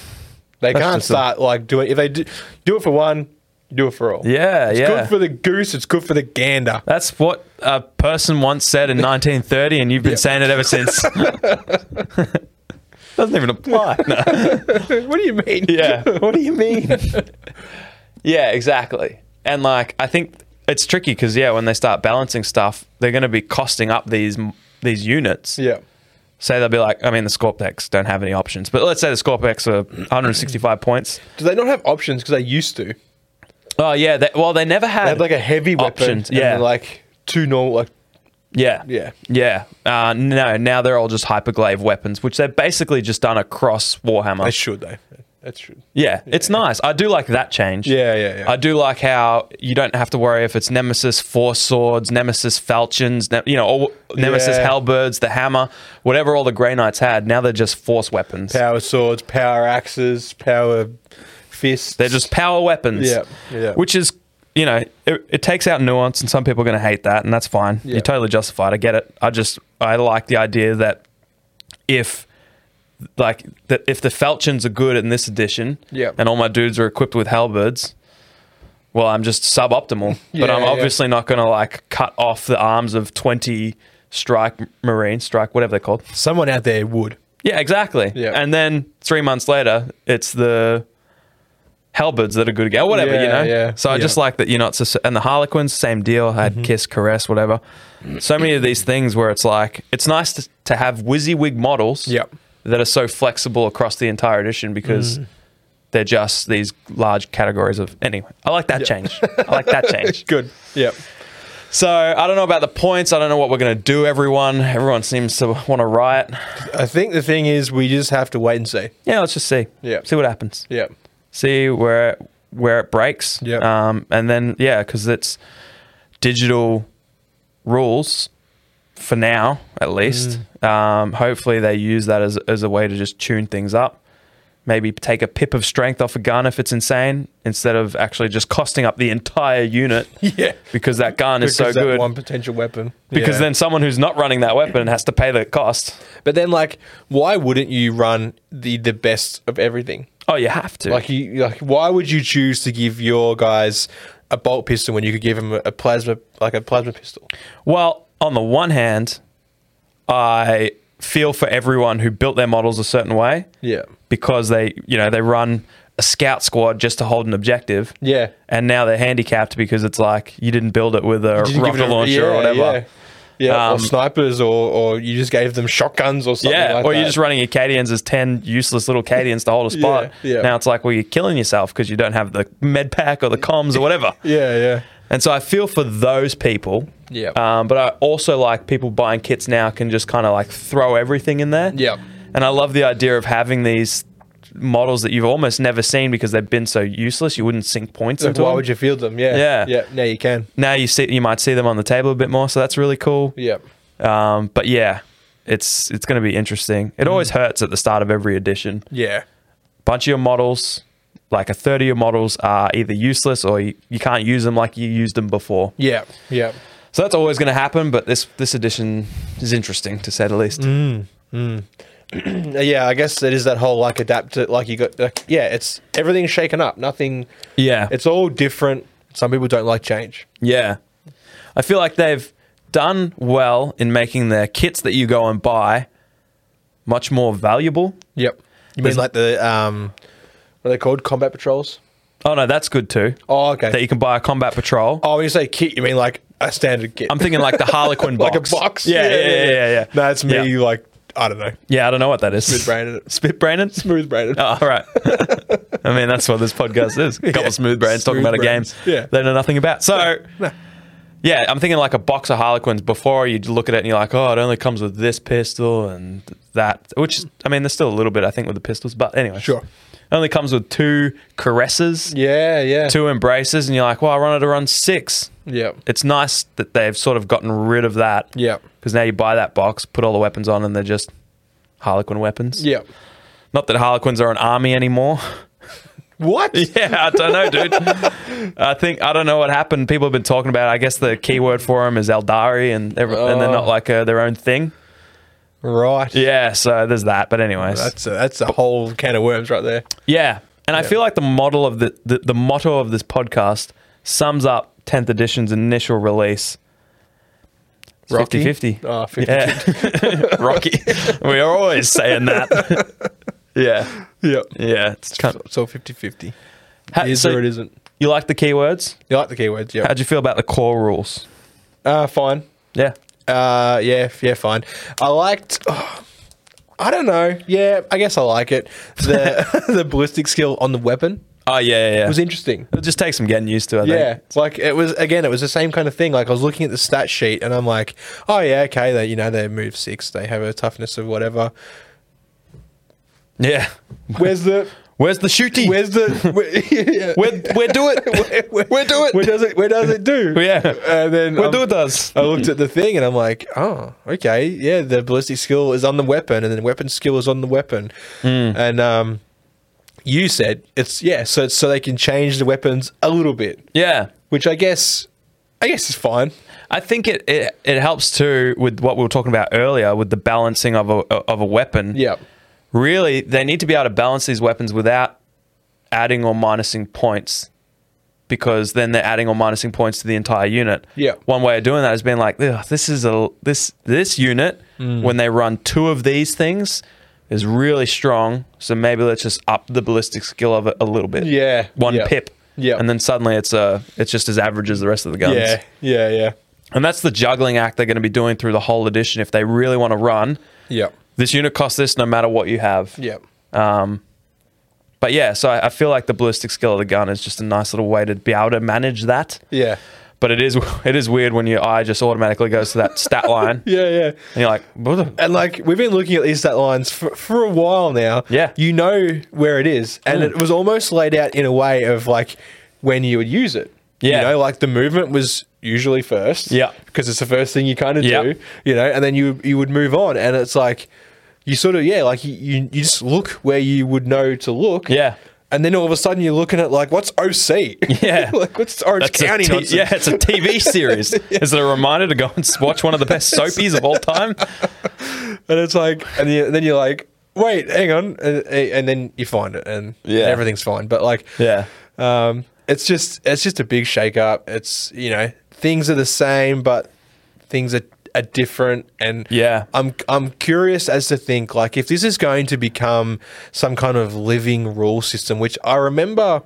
S2: They
S3: That's
S2: can't
S3: just a-
S2: start like doing if they do, do it for one, do it for all.
S3: yeah,
S2: It's
S3: yeah.
S2: good for the goose, it's good for the gander.
S3: that's what a person once said in 1930, and you've been saying it ever since. Doesn't even apply. No.
S2: what do you mean?
S3: Yeah. What do you mean? yeah, exactly. And like, I think it's tricky because yeah, when they start balancing stuff, they're going to be costing up these these units.
S2: Yeah.
S3: Say they'll be like, I mean, the Scorpex don't have any options, but let's say the Scorpex are 165 points.
S2: Do they not have options because they used to? They
S3: Oh yeah, they, well they never had,
S2: had like a heavy weapon
S3: Options,
S2: and
S3: yeah.
S2: then, like two normal like
S3: Yeah.
S2: Yeah.
S3: Yeah. Uh, no, now they're all just hyperglaive weapons, which they've basically just done across
S2: they
S3: Warhammer.
S2: should though. That should.
S3: yeah, it's nice. I do like that change.
S2: Yeah, yeah, yeah.
S3: I do like how you don't have to worry if it's Nemesis Force Swords, Nemesis Falchions, ne- you know, all, Nemesis
S2: Yeah.
S3: Halberds, the Hammer, whatever all the Grey Knights had. Now they're just Force weapons.
S2: Power swords, power axes, power fists.
S3: They're just power weapons.
S2: Yeah, yeah.
S3: Which is, you know, it, it takes out nuance, and some people are going to hate that, and that's fine.
S2: Yeah.
S3: You're totally justified. I get it. I just I like the idea that if like that if the falchions are good in this edition,
S2: Yeah.
S3: and all my dudes are equipped with halberds. Well, I'm just suboptimal, but
S2: Yeah,
S3: I'm
S2: yeah.
S3: obviously not going to like cut off the arms of 20 strike marines, strike whatever they're called.
S2: someone out there would.
S3: Yeah, exactly.
S2: Yeah.
S3: And then three months later, it's the halberds that are good again, whatever, you
S2: Yeah,
S3: know?
S2: yeah,
S3: so I just
S2: yeah.
S3: like that you're not, sus- and the Harlequins, same deal, had kiss, caress, whatever. So many of these things where it's like, it's nice to, to have WYSIWYG models
S2: Yep.
S3: that are so flexible across the entire edition because they're just these large categories of, anyway, I like that change. I like that change.
S2: Good. Yeah.
S3: So I don't know about the points. I don't know what we're going to do, everyone. Everyone seems to want to riot.
S2: I think the thing is we just have to wait and see.
S3: Yeah, let's just see.
S2: Yeah.
S3: See what happens.
S2: Yeah.
S3: see where where it breaks.
S2: Yep.
S3: Um, and then yeah, because it's digital rules for now, at least.
S2: Mm.
S3: Um, hopefully they use that as as a way to just tune things up. Maybe take a pip of strength off a gun if it's insane, instead of actually just costing up the entire unit.
S2: Yeah.
S3: Because that gun is so
S2: Because that
S3: good.
S2: one potential weapon.
S3: because
S2: Yeah.
S3: then someone who's not running that weapon has to pay the cost.
S2: But then like why wouldn't you run the the best of everything?
S3: Oh, you have to.
S2: Like you like why would you choose to give your guys a bolt pistol when you could give them a plasma like a plasma pistol?
S3: Well, on the one hand, I feel for everyone who built their models a certain way.
S2: Yeah.
S3: Because they, you know, they run a scout squad just to hold an objective.
S2: Yeah.
S3: And now they're handicapped because it's like you didn't build it with a
S2: Didn't give
S3: rocket
S2: it a-
S3: launcher or
S2: yeah,
S3: whatever.
S2: Yeah, Yeah, or
S3: Um,
S2: snipers, or, or you just gave them shotguns or something
S3: Yeah,
S2: like
S3: or
S2: that.
S3: you're just running your Cadians as 10 useless little Cadians to hold a spot.
S2: Yeah, yeah.
S3: Now it's like, well, you're killing yourself because you don't have the med pack or the comms or whatever.
S2: Yeah, yeah.
S3: And so I feel for those people.
S2: Yeah.
S3: Um, but I also like people buying kits now can just kind of like throw everything in there.
S2: Yeah.
S3: And I love the idea of having these models that you've almost never seen because they've been so useless. You wouldn't sink points
S2: So
S3: into
S2: why
S3: them.
S2: would you field them? Yeah.
S3: Yeah.
S2: Yeah. Now you can.
S3: now you see, you might see them on the table a bit more. So that's really cool.
S2: Yeah.
S3: Um, but yeah, it's it's going to be interesting. It always hurts at the start of every edition.
S2: Yeah.
S3: bunch of your models, like a third of your models, are either useless or you, you can't use them like you used them before.
S2: Yeah. Yeah.
S3: So that's always going to happen, but this this edition is interesting to say the least.
S2: Mm. Uh, Yeah. I guess it is that whole like adapt it, like you got. Like, yeah. It's everything's shaken up. Nothing.
S3: Yeah.
S2: It's all different. Some people don't like change.
S3: Yeah. I feel like they've done well in making their kits that you go and buy much more valuable.
S2: Yep. You mean like the um, what are they called? Combat patrols.
S3: Oh no, that's good too.
S2: Oh, okay.
S3: That you can buy a combat patrol.
S2: oh, when you say kit, you mean like a standard kit.
S3: I'm thinking like the Harlequin box.
S2: like a box.
S3: Yeah, yeah, yeah, yeah. yeah, yeah.
S2: No, it's me.
S3: Yeah.
S2: Like I don't know.
S3: Yeah, I don't know what that is.
S2: Smooth brained.
S3: Spit brained?
S2: Smooth braided.
S3: Oh, all right. I mean, that's what this podcast is. A couple
S2: Yeah.
S3: of smooth brains talking
S2: Smooth
S3: about
S2: brains.
S3: a game
S2: Yeah.
S3: they know nothing about. So, yeah, I'm thinking like a box of Harlequins before you look at it and you're like, oh, it only comes with this pistol and that, which is, I mean, there's still a little bit, I think, with the pistols, but anyway.
S2: Sure.
S3: It only comes with two caresses,
S2: Yeah. Yeah.
S3: two embraces, and you're like, well, I wanted to run six.
S2: Yep.
S3: It's nice that they've sort of gotten rid of that.
S2: Yep.
S3: Because now you buy that box, put all the weapons on, and they're just Harlequin weapons.
S2: Yep.
S3: Not that Harlequins are an army anymore.
S2: What?
S3: Yeah, I don't know, dude. I think I don't know what happened. People have been talking about. It. I guess the key word for them is Eldari, and every, and they're not
S2: Oh.
S3: like uh their own thing.
S2: Right.
S3: Yeah, so there's that. But anyways,
S2: That's a, that's a whole can of worms right there.
S3: yeah, and I feel like the model of the, the the motto of this podcast sums up 10th edition's initial release. It's
S2: Rocky?
S3: 50-50.
S2: Oh, 50-50.
S3: Yeah. Rocky. we are always saying that. yeah.
S2: Yep.
S3: Yeah. It's kind of,
S2: It's all 50 50.
S3: Ha-
S2: Is
S3: so
S2: or it isn't.
S3: You like the keywords?
S2: You like the keywords, yeah.
S3: How'd you feel about the core rules?
S2: Uh, fine.
S3: Yeah.
S2: Uh, yeah, f- yeah, fine. I liked. oh, I don't know. Yeah, I guess I like it. The the ballistic skill on the weapon
S3: Oh yeah, yeah. yeah.
S2: was interesting.
S3: It just takes some getting used to. I
S2: Yeah,
S3: think.
S2: it's like it was again. It was the same kind of thing. Like I was looking at the stat sheet, and I'm like, oh yeah, okay. They you know they move six. They have a toughness of whatever.
S3: Yeah.
S2: Where's the
S3: Where's the shooty?
S2: Where's the where,
S3: Where- where do it?
S2: Where,
S3: Where do it?
S2: Where does it? Where does it do?
S3: Yeah.
S2: and then
S3: Where
S2: I'm-
S3: do it does?
S2: I looked at the thing and I'm like, oh, okay, yeah. The ballistic skill is on the weapon, and then weapon skill is on the weapon. And um, you said it's yeah, so it's so they can change the weapons a little bit,
S3: Yeah.
S2: which I guess, I guess is fine.
S3: I think it, it it helps too with what we were talking about earlier with the balancing of a of a weapon.
S2: Yeah,
S3: Really, they need to be able to balance these weapons without adding or minusing points. Because then they're adding or minusing points to the entire unit.
S2: Yeah.
S3: One way of doing that is being like, "Ugh, this is a this this unit
S2: Mm.
S3: when they run two of these things is really strong. So maybe let's just up the ballistic skill of it a little bit.
S2: Yeah.
S3: One
S2: Yeah.
S3: pip.
S2: Yeah.
S3: And then suddenly it's uh it's just as average as the rest of the guns.
S2: yeah, yeah, yeah,
S3: And that's the juggling act they're going to be doing through the whole edition if they really want to run.
S2: yeah,
S3: This unit costs this no matter what you have.
S2: yeah.
S3: Um, but yeah, so I, I feel like the ballistic skill of the gun is just a nice little way to be able to manage that.
S2: Yeah,
S3: But it is it is weird when your eye just automatically goes to that stat line.
S2: yeah, yeah.
S3: And you're like, what the?
S2: And like we've been looking at these stat lines for, for a while now.
S3: Yeah. Hmm.
S2: you know where it is, and it was almost laid out in a way of like when you would use it.
S3: Yeah.
S2: you know, like the movement was usually first.
S3: Yeah.
S2: because it's the first thing you kind of
S3: Yeah.
S2: do. You know, and then you you would move on, and it's like you sort of yeah, like you you you just look where you would know to look.
S3: Yeah.
S2: And then all of a sudden you're looking at like what's OC?
S3: Yeah.
S2: like what's Orange
S3: a
S2: County?
S3: t-
S2: nonsense?
S3: yeah, it's a TV series. Is it a reminder to go and watch one of the best soapies of all time?
S2: and it's like, and you, then you're like, wait, hang on, and, and then you find it, and
S3: Yeah.
S2: everything's fine. But like,
S3: Yeah.
S2: um, it's just it's just a big shake up. It's you know things are the same, but things are are different and
S3: Yeah.
S2: I'm I'm curious as to think like if this is going to become some kind of living rule system, which I remember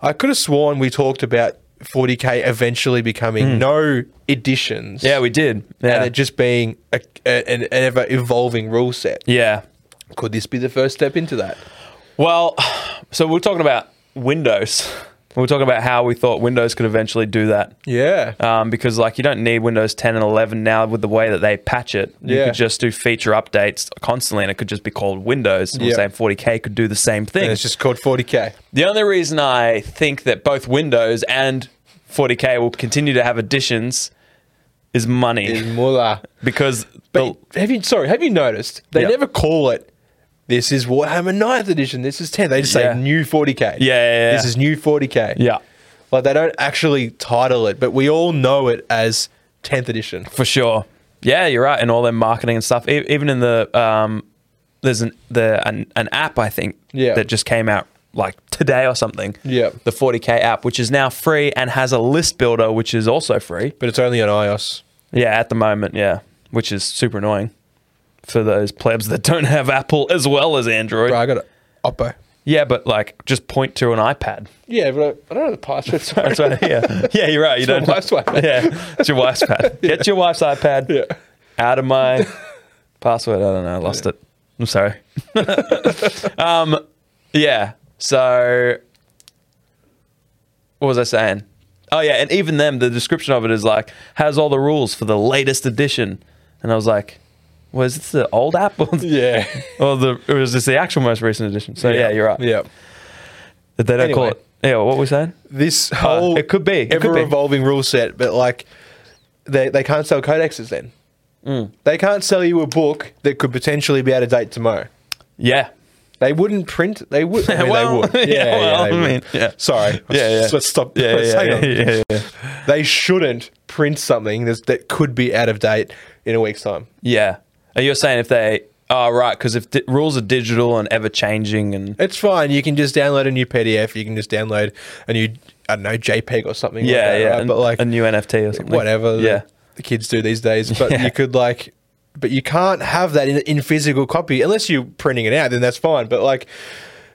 S2: I could have sworn we talked about 40k eventually becoming no additions.
S3: Hmm. Yeah, we did.
S2: and
S3: Yeah.
S2: it just being a, a- an, an ever evolving rule set.
S3: yeah.
S2: Could this be the first step into that?
S3: Well, so we're talking about Windows. We're talking about how we thought Windows could eventually do that.
S2: Yeah.
S3: Um, because like you don't need Windows 10 and 11 now with the way that they patch it. You
S2: Yeah.
S3: could just do feature updates constantly, and it could just be called Windows. And We're
S2: Yeah.
S3: saying 40k could do the same thing.
S2: and it's just called 40k.
S3: The only reason I think that both Windows and 40K will continue to have additions is money.
S2: Is Mullah.
S3: because
S2: uh, But have you sorry, have you noticed they
S3: Yeah.
S2: never call it this is Warhammer 9th edition, this is 10. They just say
S3: Yeah.
S2: new 40k.
S3: Yeah, yeah, yeah.
S2: This is new 40k.
S3: the, yeah,
S2: Like they don't actually title it, but we all know it as 10th edition.
S3: for sure. Yeah, you're right. And all their marketing and stuff, e- even in the um, there's an the an, an app I think
S2: Yeah.
S3: that just came out like today or something.
S2: Yeah.
S3: the 40K app, which is now free and has a list builder, which is also free.
S2: But it's only on iOS.
S3: Yeah, at the moment, yeah, which is super annoying for those plebs that don't have Apple as well as Android.
S2: Bro, I got it. Oppo.
S3: Yeah, but like just point to an iPad.
S2: Yeah, but I, I don't know the password. Sorry.
S3: That's what, yeah, yeah, you're right. You
S2: my
S3: don't.
S2: wife's iPad.
S3: Yeah, it's your wife's pad. Get your wife's iPad.
S2: Yeah.
S3: Out of my password. I don't know. I lost it. I'm sorry. um. Yeah. So. What was I saying? Oh yeah, and even them, the description of it is like has all the rules for the latest edition, and I was like, was this the old app or the,
S2: Yeah.
S3: or the or was this the actual most recent edition? So yeah, you're right.
S2: Yeah.
S3: That they don't call
S2: Anyway.
S3: it. Yeah, what were we saying?
S2: This whole
S3: Uh, it could be, it could
S2: ever
S3: be.
S2: evolving rule set, but like they they can't sell codexes then.
S3: Mm.
S2: They can't sell you a book that could potentially be out of date tomorrow.
S3: Yeah.
S2: They wouldn't print. They would. I mean,
S3: Well,
S2: they would. Yeah,
S3: yeah,
S2: yeah,
S3: well,
S2: they
S3: I
S2: would.
S3: mean, yeah.
S2: Sorry.
S3: Yeah, yeah.
S2: Let's stop.
S3: Yeah,
S2: let's
S3: yeah,
S2: hang on.
S3: yeah, yeah, yeah.
S2: They shouldn't print something that's, that could be out of date in a week's time.
S3: Yeah. And you're saying if they oh, right because if di- rules are digital and ever changing and
S2: It's fine. You can just download a new PDF. You can just download a new I don't know JPEG or something. like
S3: yeah,
S2: that,
S3: yeah,
S2: right?
S3: and-
S2: But like
S3: a new NFT or something.
S2: whatever the-
S3: Yeah.
S2: the, kids do these days. But
S3: Yeah.
S2: you could like, but you can't have that in, in physical copy unless you're printing it out. Then that's fine. But like,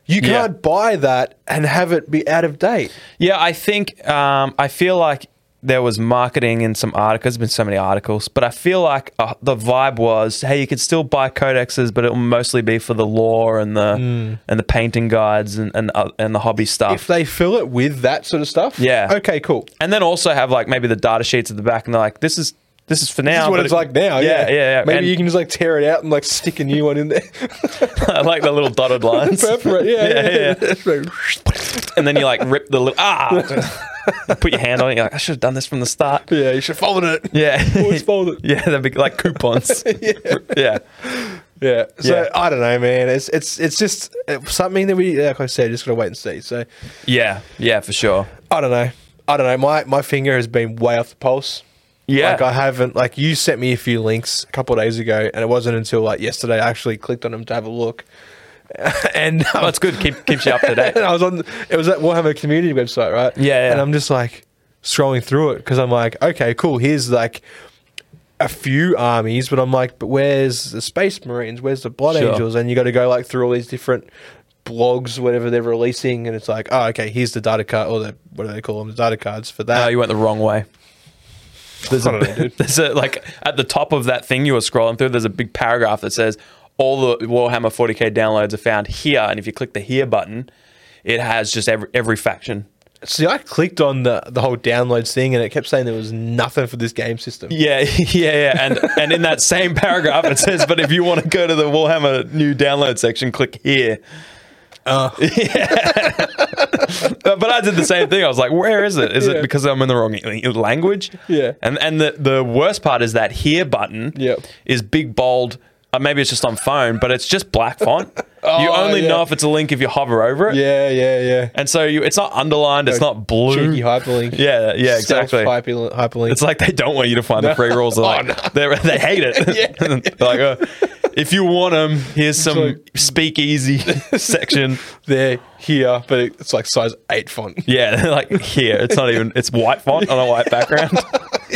S2: you
S3: Yeah.
S2: can't buy that and have it be out of date.
S3: Yeah, I think um, I feel like there was marketing in some articles. There's been so many articles, but I feel like uh, the vibe was, hey, you could still buy codexes, but it will mostly be for the law and the and the painting guides and and, uh, and the hobby stuff.
S2: Mm. If they fill it with that sort of stuff,
S3: Yeah.
S2: okay, cool.
S3: and then also have like maybe the data sheets at the back, and they're like, this is this is for now.
S2: This is what
S3: but
S2: it's
S3: it-
S2: like now. Yeah,
S3: yeah, yeah.
S2: Maybe
S3: And
S2: you can just like tear it out and like stick a new one in there.
S3: I like the little dotted lines.
S2: Perforate. Yeah, yeah, yeah.
S3: and then you like rip the little ah, put your hand on it. You're like, I should have done this from the start.
S2: Yeah, you should fold it.
S3: Yeah,
S2: Always fold it.
S3: yeah, that'd be like coupons. yeah.
S2: Yeah. So
S3: Yeah.
S2: I don't know, man. It's it's it's just it's something that we, like I said, just gotta wait and see. So
S3: yeah, yeah, for sure.
S2: I don't know. I don't know. My my finger has been way off the pulse.
S3: Yeah.
S2: Like I haven't like you sent me a few links a couple of days ago, and it wasn't until like yesterday I actually clicked on them to have a look. and um,
S3: Well, it's good. Keep keeps you up to date.
S2: and I was on it was at Warhammer community website, right?
S3: Yeah, yeah.
S2: And I'm just like scrolling through it because I'm like, okay, cool. Here's like a few armies, but I'm like, but where's the Space Marines? Where's the Blood
S3: Sure.
S2: Angels? And you got to go like through all these different blogs, whatever they're releasing, and it's like, oh, okay, here's the data card or the what do they call them? The data cards for that.
S3: No, Uh, you went the wrong way. There's
S2: I don't know,
S3: a,
S2: dude.
S3: there's a like at the top of that thing you were scrolling through. There's a big paragraph that says all the Warhammer 40k downloads are found here, and if you click the here button, it has just every every faction.
S2: See, I clicked on the the whole downloads thing, and it kept saying there was nothing for this game system.
S3: Yeah, yeah, yeah. And and in that same paragraph it says, but if you want to go to the Warhammer new download section, click here. Uh. Oh. but I did the same thing. I was like, where is it? Is
S2: Yeah.
S3: it because I'm in the wrong l- language?
S2: Yeah.
S3: And and the, the worst part is that here button
S2: Yep.
S3: is big bold. Uh, maybe it's just on phone, but it's just black font. you
S2: Oh,
S3: only
S2: yeah.
S3: know if it's a link if you hover over it.
S2: yeah, yeah, yeah.
S3: And so you, it's not underlined, it's not blue.
S2: Cheeky hyperlink.
S3: Yeah, yeah,
S2: Stealth
S3: exactly.
S2: hyperlink- Hyperlink.
S3: It's like they don't want you to find the free rules. They're
S2: Oh,
S3: like, they're- they hate it. They're like, "Oh, if you want them, here's some
S2: like-
S3: speakeasy section.
S2: they're here, but it's like size eight font.
S3: Yeah, they're like here, it's not even. It's white font on a white background.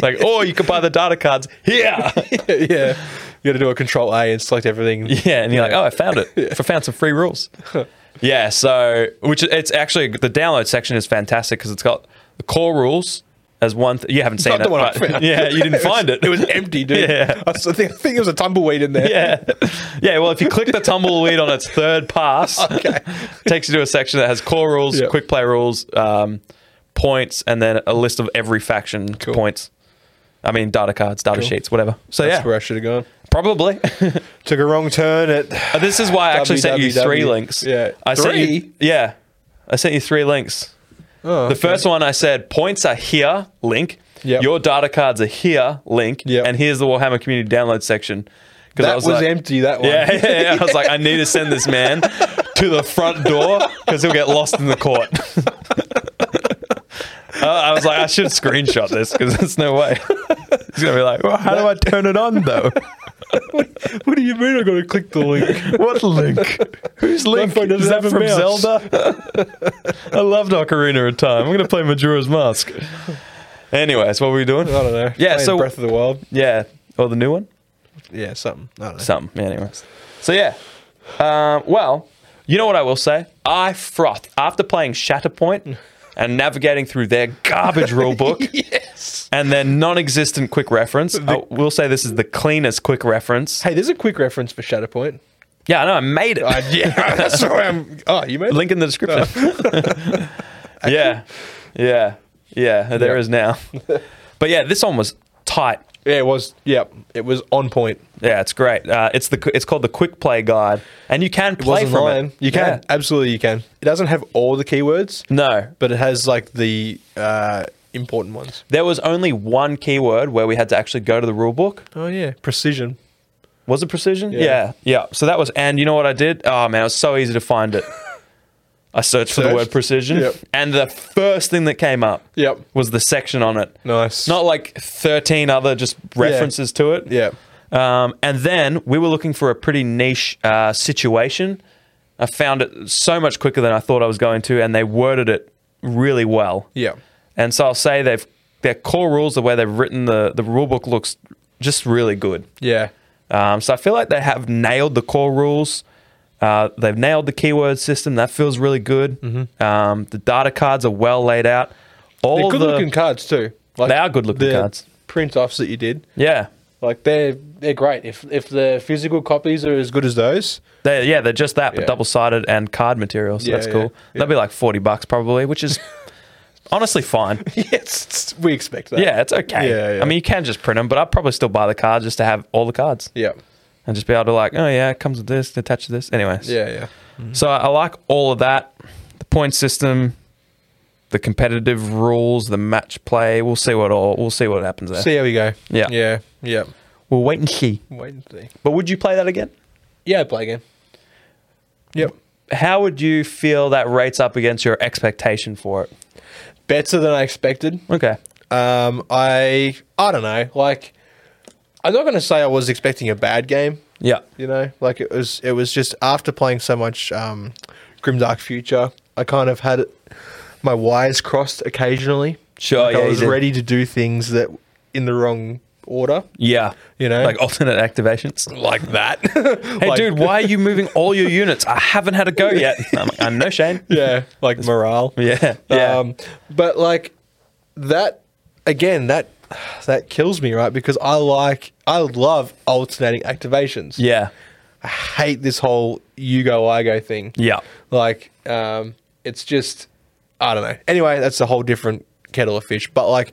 S3: like, oh, you can buy the data cards here.
S2: yeah. You got to do a control A and select everything.
S3: Yeah, and you're like, oh, I found it. I found some free rules. yeah, so which it's actually the download section is fantastic because it's got the core rules as one. Th- you haven't seen
S2: Not
S3: it,
S2: the one I
S3: but-
S2: found.
S3: yeah, you didn't find it.
S2: It was empty, dude.
S3: Yeah.
S2: I, s- I think, I think there was a tumbleweed in there.
S3: yeah, yeah. Well, if you click the tumbleweed on its third pass,
S2: Okay.
S3: takes you to a section that has core rules,
S2: Yeah.
S3: quick play rules, um, points, and then a list of every faction points. I mean, data cards, data sheets, whatever. So
S2: That's
S3: yeah,
S2: where I should have gone.
S3: probably.
S2: Took a wrong turn at.
S3: Uh, This is why I actually sent you three
S2: www.
S3: links.
S2: Yeah.
S3: I sent you,
S2: Three?
S3: yeah, I sent you three links.
S2: Oh,
S3: The first one I said points are here, link.
S2: Yep.
S3: Your data cards are here, link.
S2: Yep.
S3: And here's the Warhammer community download section. 'Cause
S2: that was,
S3: like-
S2: empty. That one.
S3: Yeah, yeah, yeah. I was like, I need to send this man to the front door because he'll get lost in the court. Uh, I was like, I should screenshot this because there's no way. He's gonna be like, well, how do I turn it on though?
S2: what do you mean? I got to click the link.
S3: What link? Who's link?
S2: phone doesn't
S3: Is that
S2: have a
S3: from
S2: mouse.
S3: Zelda? I loved Ocarina of Time. I'm gonna play Majora's Mask. Anyways, what were we doing?
S2: I don't know.
S3: Yeah,
S2: Playing
S3: so-
S2: Breath of the Wild.
S3: Yeah, or the new one,
S2: Yeah, something. I don't know.
S3: something. Yeah, anyways, so yeah. Um, well, you know what I will say? I frothed after playing Shatterpoint and navigating through their garbage rule book.
S2: Yes.
S3: And their non-existent quick reference. I will say this is the cleanest quick reference.
S2: Hey, there's a quick reference for Shatterpoint.
S3: Yeah, I know. I made it.
S2: Uh, yeah, that's why I'm. Oh, you made
S3: Link in the description. yeah. Yeah. Yeah. There
S2: Yeah.
S3: is now. But yeah, this one was tight.
S2: Yeah, it was. Yep, it was on point.
S3: Yeah, it's great. Uh, it's the it's called the Quick Play Guide, and you can play
S2: Wasn't
S3: from
S2: mine.
S3: it.
S2: You can
S3: Yeah.
S2: absolutely you can. It doesn't have all the keywords,
S3: No,
S2: but it has like the uh, important ones.
S3: there was only one keyword where we had to actually go to the rule book.
S2: Oh yeah, precision.
S3: Was it precision?
S2: Yeah.
S3: Yeah. yeah, So that was, and you know what I did? Oh man, it was so easy to find it. I searched for the
S2: Searched.
S3: word precision,
S2: Yep.
S3: and the first thing that came up
S2: Yep.
S3: was the section on it.
S2: Nice.
S3: Not like thirteen other just references to it.
S2: Yeah.
S3: Um, and then we were looking for a pretty niche uh, situation. I found it so much quicker than I thought I was going to, and they worded it really well.
S2: Yeah.
S3: And so I'll say they've their core rules, the way they've written the the rule book looks just really good.
S2: Yeah.
S3: Um, so I feel like they have nailed the core rules. Uh, they've nailed the keyword system. That feels really good. Um, the data cards are well laid out.
S2: Mm-hmm. They're
S3: All
S2: good
S3: the
S2: looking cards too. Like,
S3: They are good-looking
S2: the
S3: cards.
S2: Print offs that you did,
S3: yeah,
S2: like they're they're great. If if the physical copies are as good as those,
S3: they yeah they're just that, but
S2: Yeah.
S3: double sided and card material. So
S2: Yeah,
S3: that's
S2: yeah,
S3: cool.
S2: yeah.
S3: That'd be like forty bucks probably, which is honestly fine.
S2: yes, we expect that.
S3: Yeah, it's okay.
S2: Yeah, yeah.
S3: I mean, you can just print them, but I'd probably still buy the cards just to have all the cards
S2: Yeah.
S3: and just be able to like, oh yeah, it comes with this, attached to this. Anyways,
S2: Yeah. Yeah.
S3: So I I like all of that. The point system, the competitive rules, the match play. We'll see what all. We'll see what happens there.
S2: See how we go.
S3: Yeah.
S2: Yeah. Yeah.
S3: We'll wait and see.
S2: Wait and see.
S3: But would you play that again?
S2: Yeah, play again. Yep.
S3: How would you feel that rates up against your expectation for it?
S2: Better than I expected.
S3: Okay.
S2: Um, I I don't know. Like, I'm not going to say I was expecting a bad game.
S3: Yeah.
S2: You know, like it was. It was just after playing so much um, Grimdark Future, I kind of had my wires crossed occasionally.
S3: Sure,
S2: Like,
S3: yeah,
S2: I
S3: you
S2: was
S3: did.
S2: ready to do things that in the wrong order.
S3: Yeah.
S2: You know?
S3: like alternate activations.
S2: Like that.
S3: Hey, dude, why are you moving all your units? I haven't had a go yet. I'm like, I know, Shane.
S2: Yeah, like morale.
S3: Yeah. Yeah.
S2: Um, but like that again, that that kills me, right? Because I like I love alternating activations.
S3: yeah.
S2: I hate this whole you go I go thing.
S3: Yeah.
S2: Like um, it's just I don't know. Anyway, that's a whole different kettle of fish. But like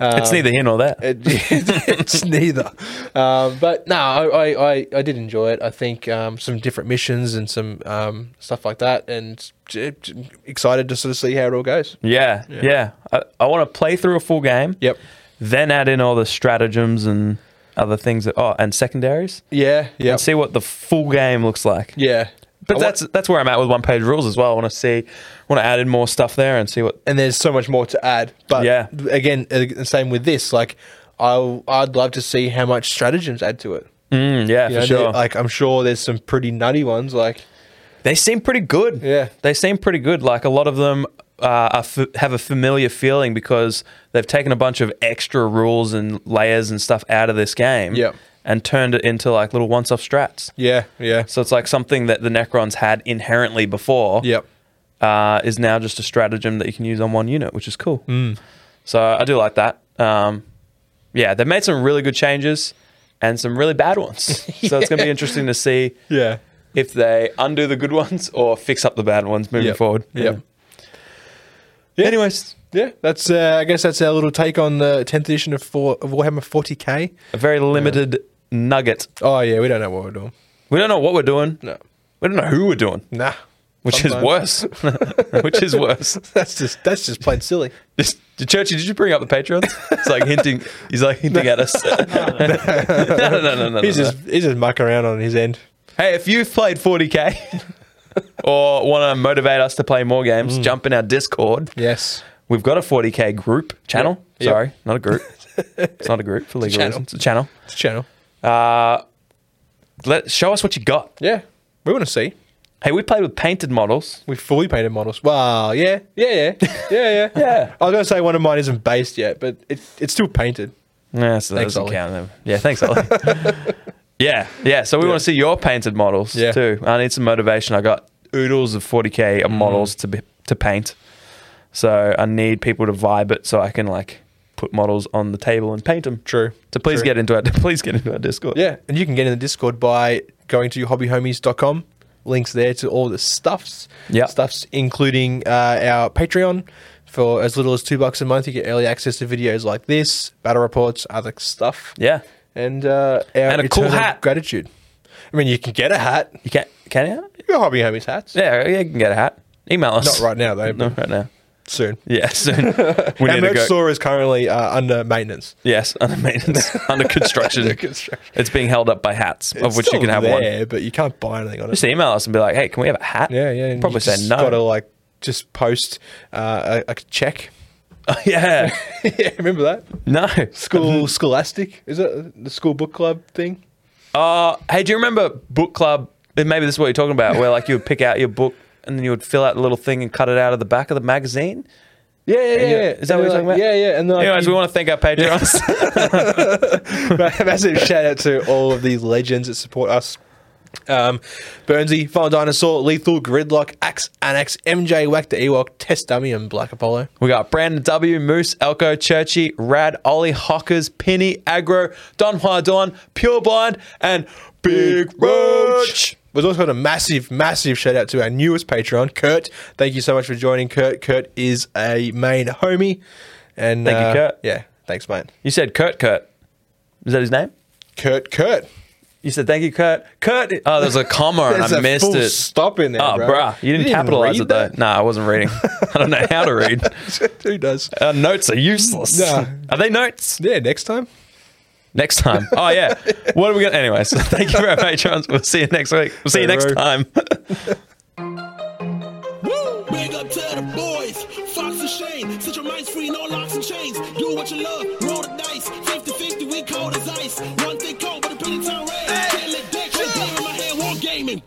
S2: um,
S3: It's neither here nor there.
S2: it, it's neither. Um, but no, I, I, I, I did enjoy it. I think um, some different missions and some um, stuff like that, and j- j- excited to sort of see how it all goes.
S3: Yeah, yeah. I, I want to play through a full game.
S2: Yep.
S3: Then add in all the stratagems and other things that oh, and secondaries,
S2: Yeah, yeah,
S3: and see what the full game looks like.
S2: yeah. I
S3: But
S2: want-
S3: that's that's where I'm at with one page rules as well. I want to see, want to add in more stuff there and see what.
S2: and there's so much more to add. But
S3: Yeah.
S2: again, uh, the same with this. Like, I I'd love to see how much stratagems add to it.
S3: Mm, yeah,
S2: You
S3: for
S2: know,
S3: sure.
S2: there- Like, I'm sure there's some pretty nutty ones. Like,
S3: they seem pretty good.
S2: Yeah.
S3: they seem pretty good. Like a lot of them uh, are f- have a familiar feeling because they've taken a bunch of extra rules and layers and stuff out of this game
S2: Yep.
S3: and turned it into like little once off strats.
S2: Yeah, yeah.
S3: So it's like something that the Necrons had inherently before
S2: Yep.
S3: uh, is now just a stratagem that you can use on one unit, which is cool.
S2: Mm.
S3: So I do like that. Um, yeah, they made some really good changes and some really bad ones. So it's going to be interesting to see
S2: Yeah.
S3: if they undo the good ones or fix up the bad ones moving
S2: Yep.
S3: forward.
S2: Yep.
S3: Yeah. Anyways,
S2: Yeah, that's. Uh, I guess that's our little take on the tenth edition of, four, of Warhammer 40k.
S3: a very limited nugget.
S2: Oh yeah, we don't know what we're doing.
S3: We don't know what we're doing.
S2: No.
S3: We don't know who we're doing,
S2: Nah,
S3: which
S2: Sometimes.
S3: is worse. which is worse.
S2: That's just that's just plain silly.
S3: This, Churchy, did you bring up the Patreons? It's like hinting. He's like hinting at us. no, no, no, no, no.
S2: He's
S3: no.
S2: just he's just mucking around on his end.
S3: Hey, if you've played 40k or want to motivate us to play more games,
S2: Mm.
S3: jump in our Discord.
S2: Yes.
S3: We've got a 40k group channel.
S2: Yep.
S3: Sorry, not a group. it's not a group for legal
S2: channel.
S3: reasons. It's a channel. Uh,
S2: It's a channel.
S3: Let show us what you got.
S2: Yeah, we want to see.
S3: Hey, we played with painted models.
S2: We fully painted models. Wow. Yeah. Yeah. Yeah. Yeah. Yeah.
S3: Yeah.
S2: I was gonna say one of mine isn't based yet, but it, it's still painted.
S3: Yeah, so that
S2: Thanks,
S3: doesn't
S2: Ollie.
S3: count them. Yeah, thanks, Ollie. yeah, yeah. So we want to see your painted models
S2: Yeah.
S3: too. I need some motivation. I got oodles of 40k
S2: Mm.
S3: of models to be, to paint. So I need people to vibe it so I can like put models on the table and paint them.
S2: True.
S3: So please
S2: True.
S3: get into our please get into our Discord.
S2: Yeah, and you can get in the Discord by going to hobbyhomies.com. Links there to all the stuffs.
S3: Yeah.
S2: Stuffs including uh, our Patreon. For as little as two bucks a month, you get early access to videos like this, battle reports, other stuff.
S3: Yeah.
S2: And uh, our
S3: And a cool
S2: eternal
S3: hat.
S2: Gratitude. I mean, you can get a hat.
S3: You can can you?
S2: Your hobby homies hats.
S3: Yeah, yeah, you can get a hat. Email us.
S2: Not right now though.
S3: No,
S2: But
S3: right now.
S2: Soon.
S3: Yeah, soon. we
S2: our
S3: need to
S2: merch
S3: go.
S2: store is currently uh, under maintenance.
S3: Yes, under maintenance, under construction.
S2: construction.
S3: It's being held up by hats, of
S2: It's
S3: which you
S2: still
S3: can have one.
S2: there, but you can't buy anything on it.
S3: Just email us and be like, "Hey, can we have a hat?"
S2: Yeah, yeah. and
S3: Probably
S2: you
S3: say
S2: just
S3: no.
S2: Got to like just post uh, a, a check.
S3: Oh, yeah,
S2: yeah, remember that
S3: no.
S2: school Scholastic? Is it the school book club thing?
S3: Uh, hey, do you remember book club? and Maybe this is what you're talking about, where like you would pick out your book and then you would fill out the little thing and cut it out of the back of the magazine.
S2: Yeah, yeah,
S3: And you- Is that what you're talking about?
S2: Yeah, yeah. And then, like,
S3: Anyways,
S2: you-
S3: we want to thank our patrons.
S2: massive shout out to all of these legends that support us. Um, Burnsy, Final Dinosaur, Lethal, Gridlock, Axe, Annex, MJ, Whack the Ewok, Test Dummy, and Black Apollo.
S3: We got Brandon W, Moose, Elko, Churchy, Rad, Ollie, Hawkers, Penny, Agro, Don Hua Don, Pure Blind, and Big Roach.
S2: We've also got a massive, massive shout out to our newest Patreon, Kurt. Thank you so much for joining, Kurt. Kurt is a main homie. And
S3: Thank you,
S2: uh,
S3: Kurt.
S2: Yeah, thanks, mate.
S3: You said Kurt Kurt. Is that his name?
S2: Kurt, Kurt.
S3: You said thank you, Kurt. Kurt. Oh, there's a comma and
S2: There's
S3: I
S2: a
S3: missed
S2: full
S3: it.
S2: stop in there,
S3: Oh,
S2: bro.
S3: bruh. You didn't,
S2: You didn't even
S3: capitalize
S2: read
S3: it though.
S2: that?
S3: No, I wasn't reading. I don't know how to read.
S2: Who does?
S3: Our notes are useless.
S2: Nah.
S3: Are they notes?
S2: Yeah, next time.
S3: Next time. Oh yeah. What are we gonna anyways? Thank you for our patrons. We'll see you next week. We'll see you next
S2: Hooroo.
S3: time.
S1: Big up to the boys, Fox and Shane. Set your minds free, no locks and chains. Do what you love, roll the dice. 50 50, we cold as ice. One thing cold, but the penny time red. Can't let that shit in my head, war gaming.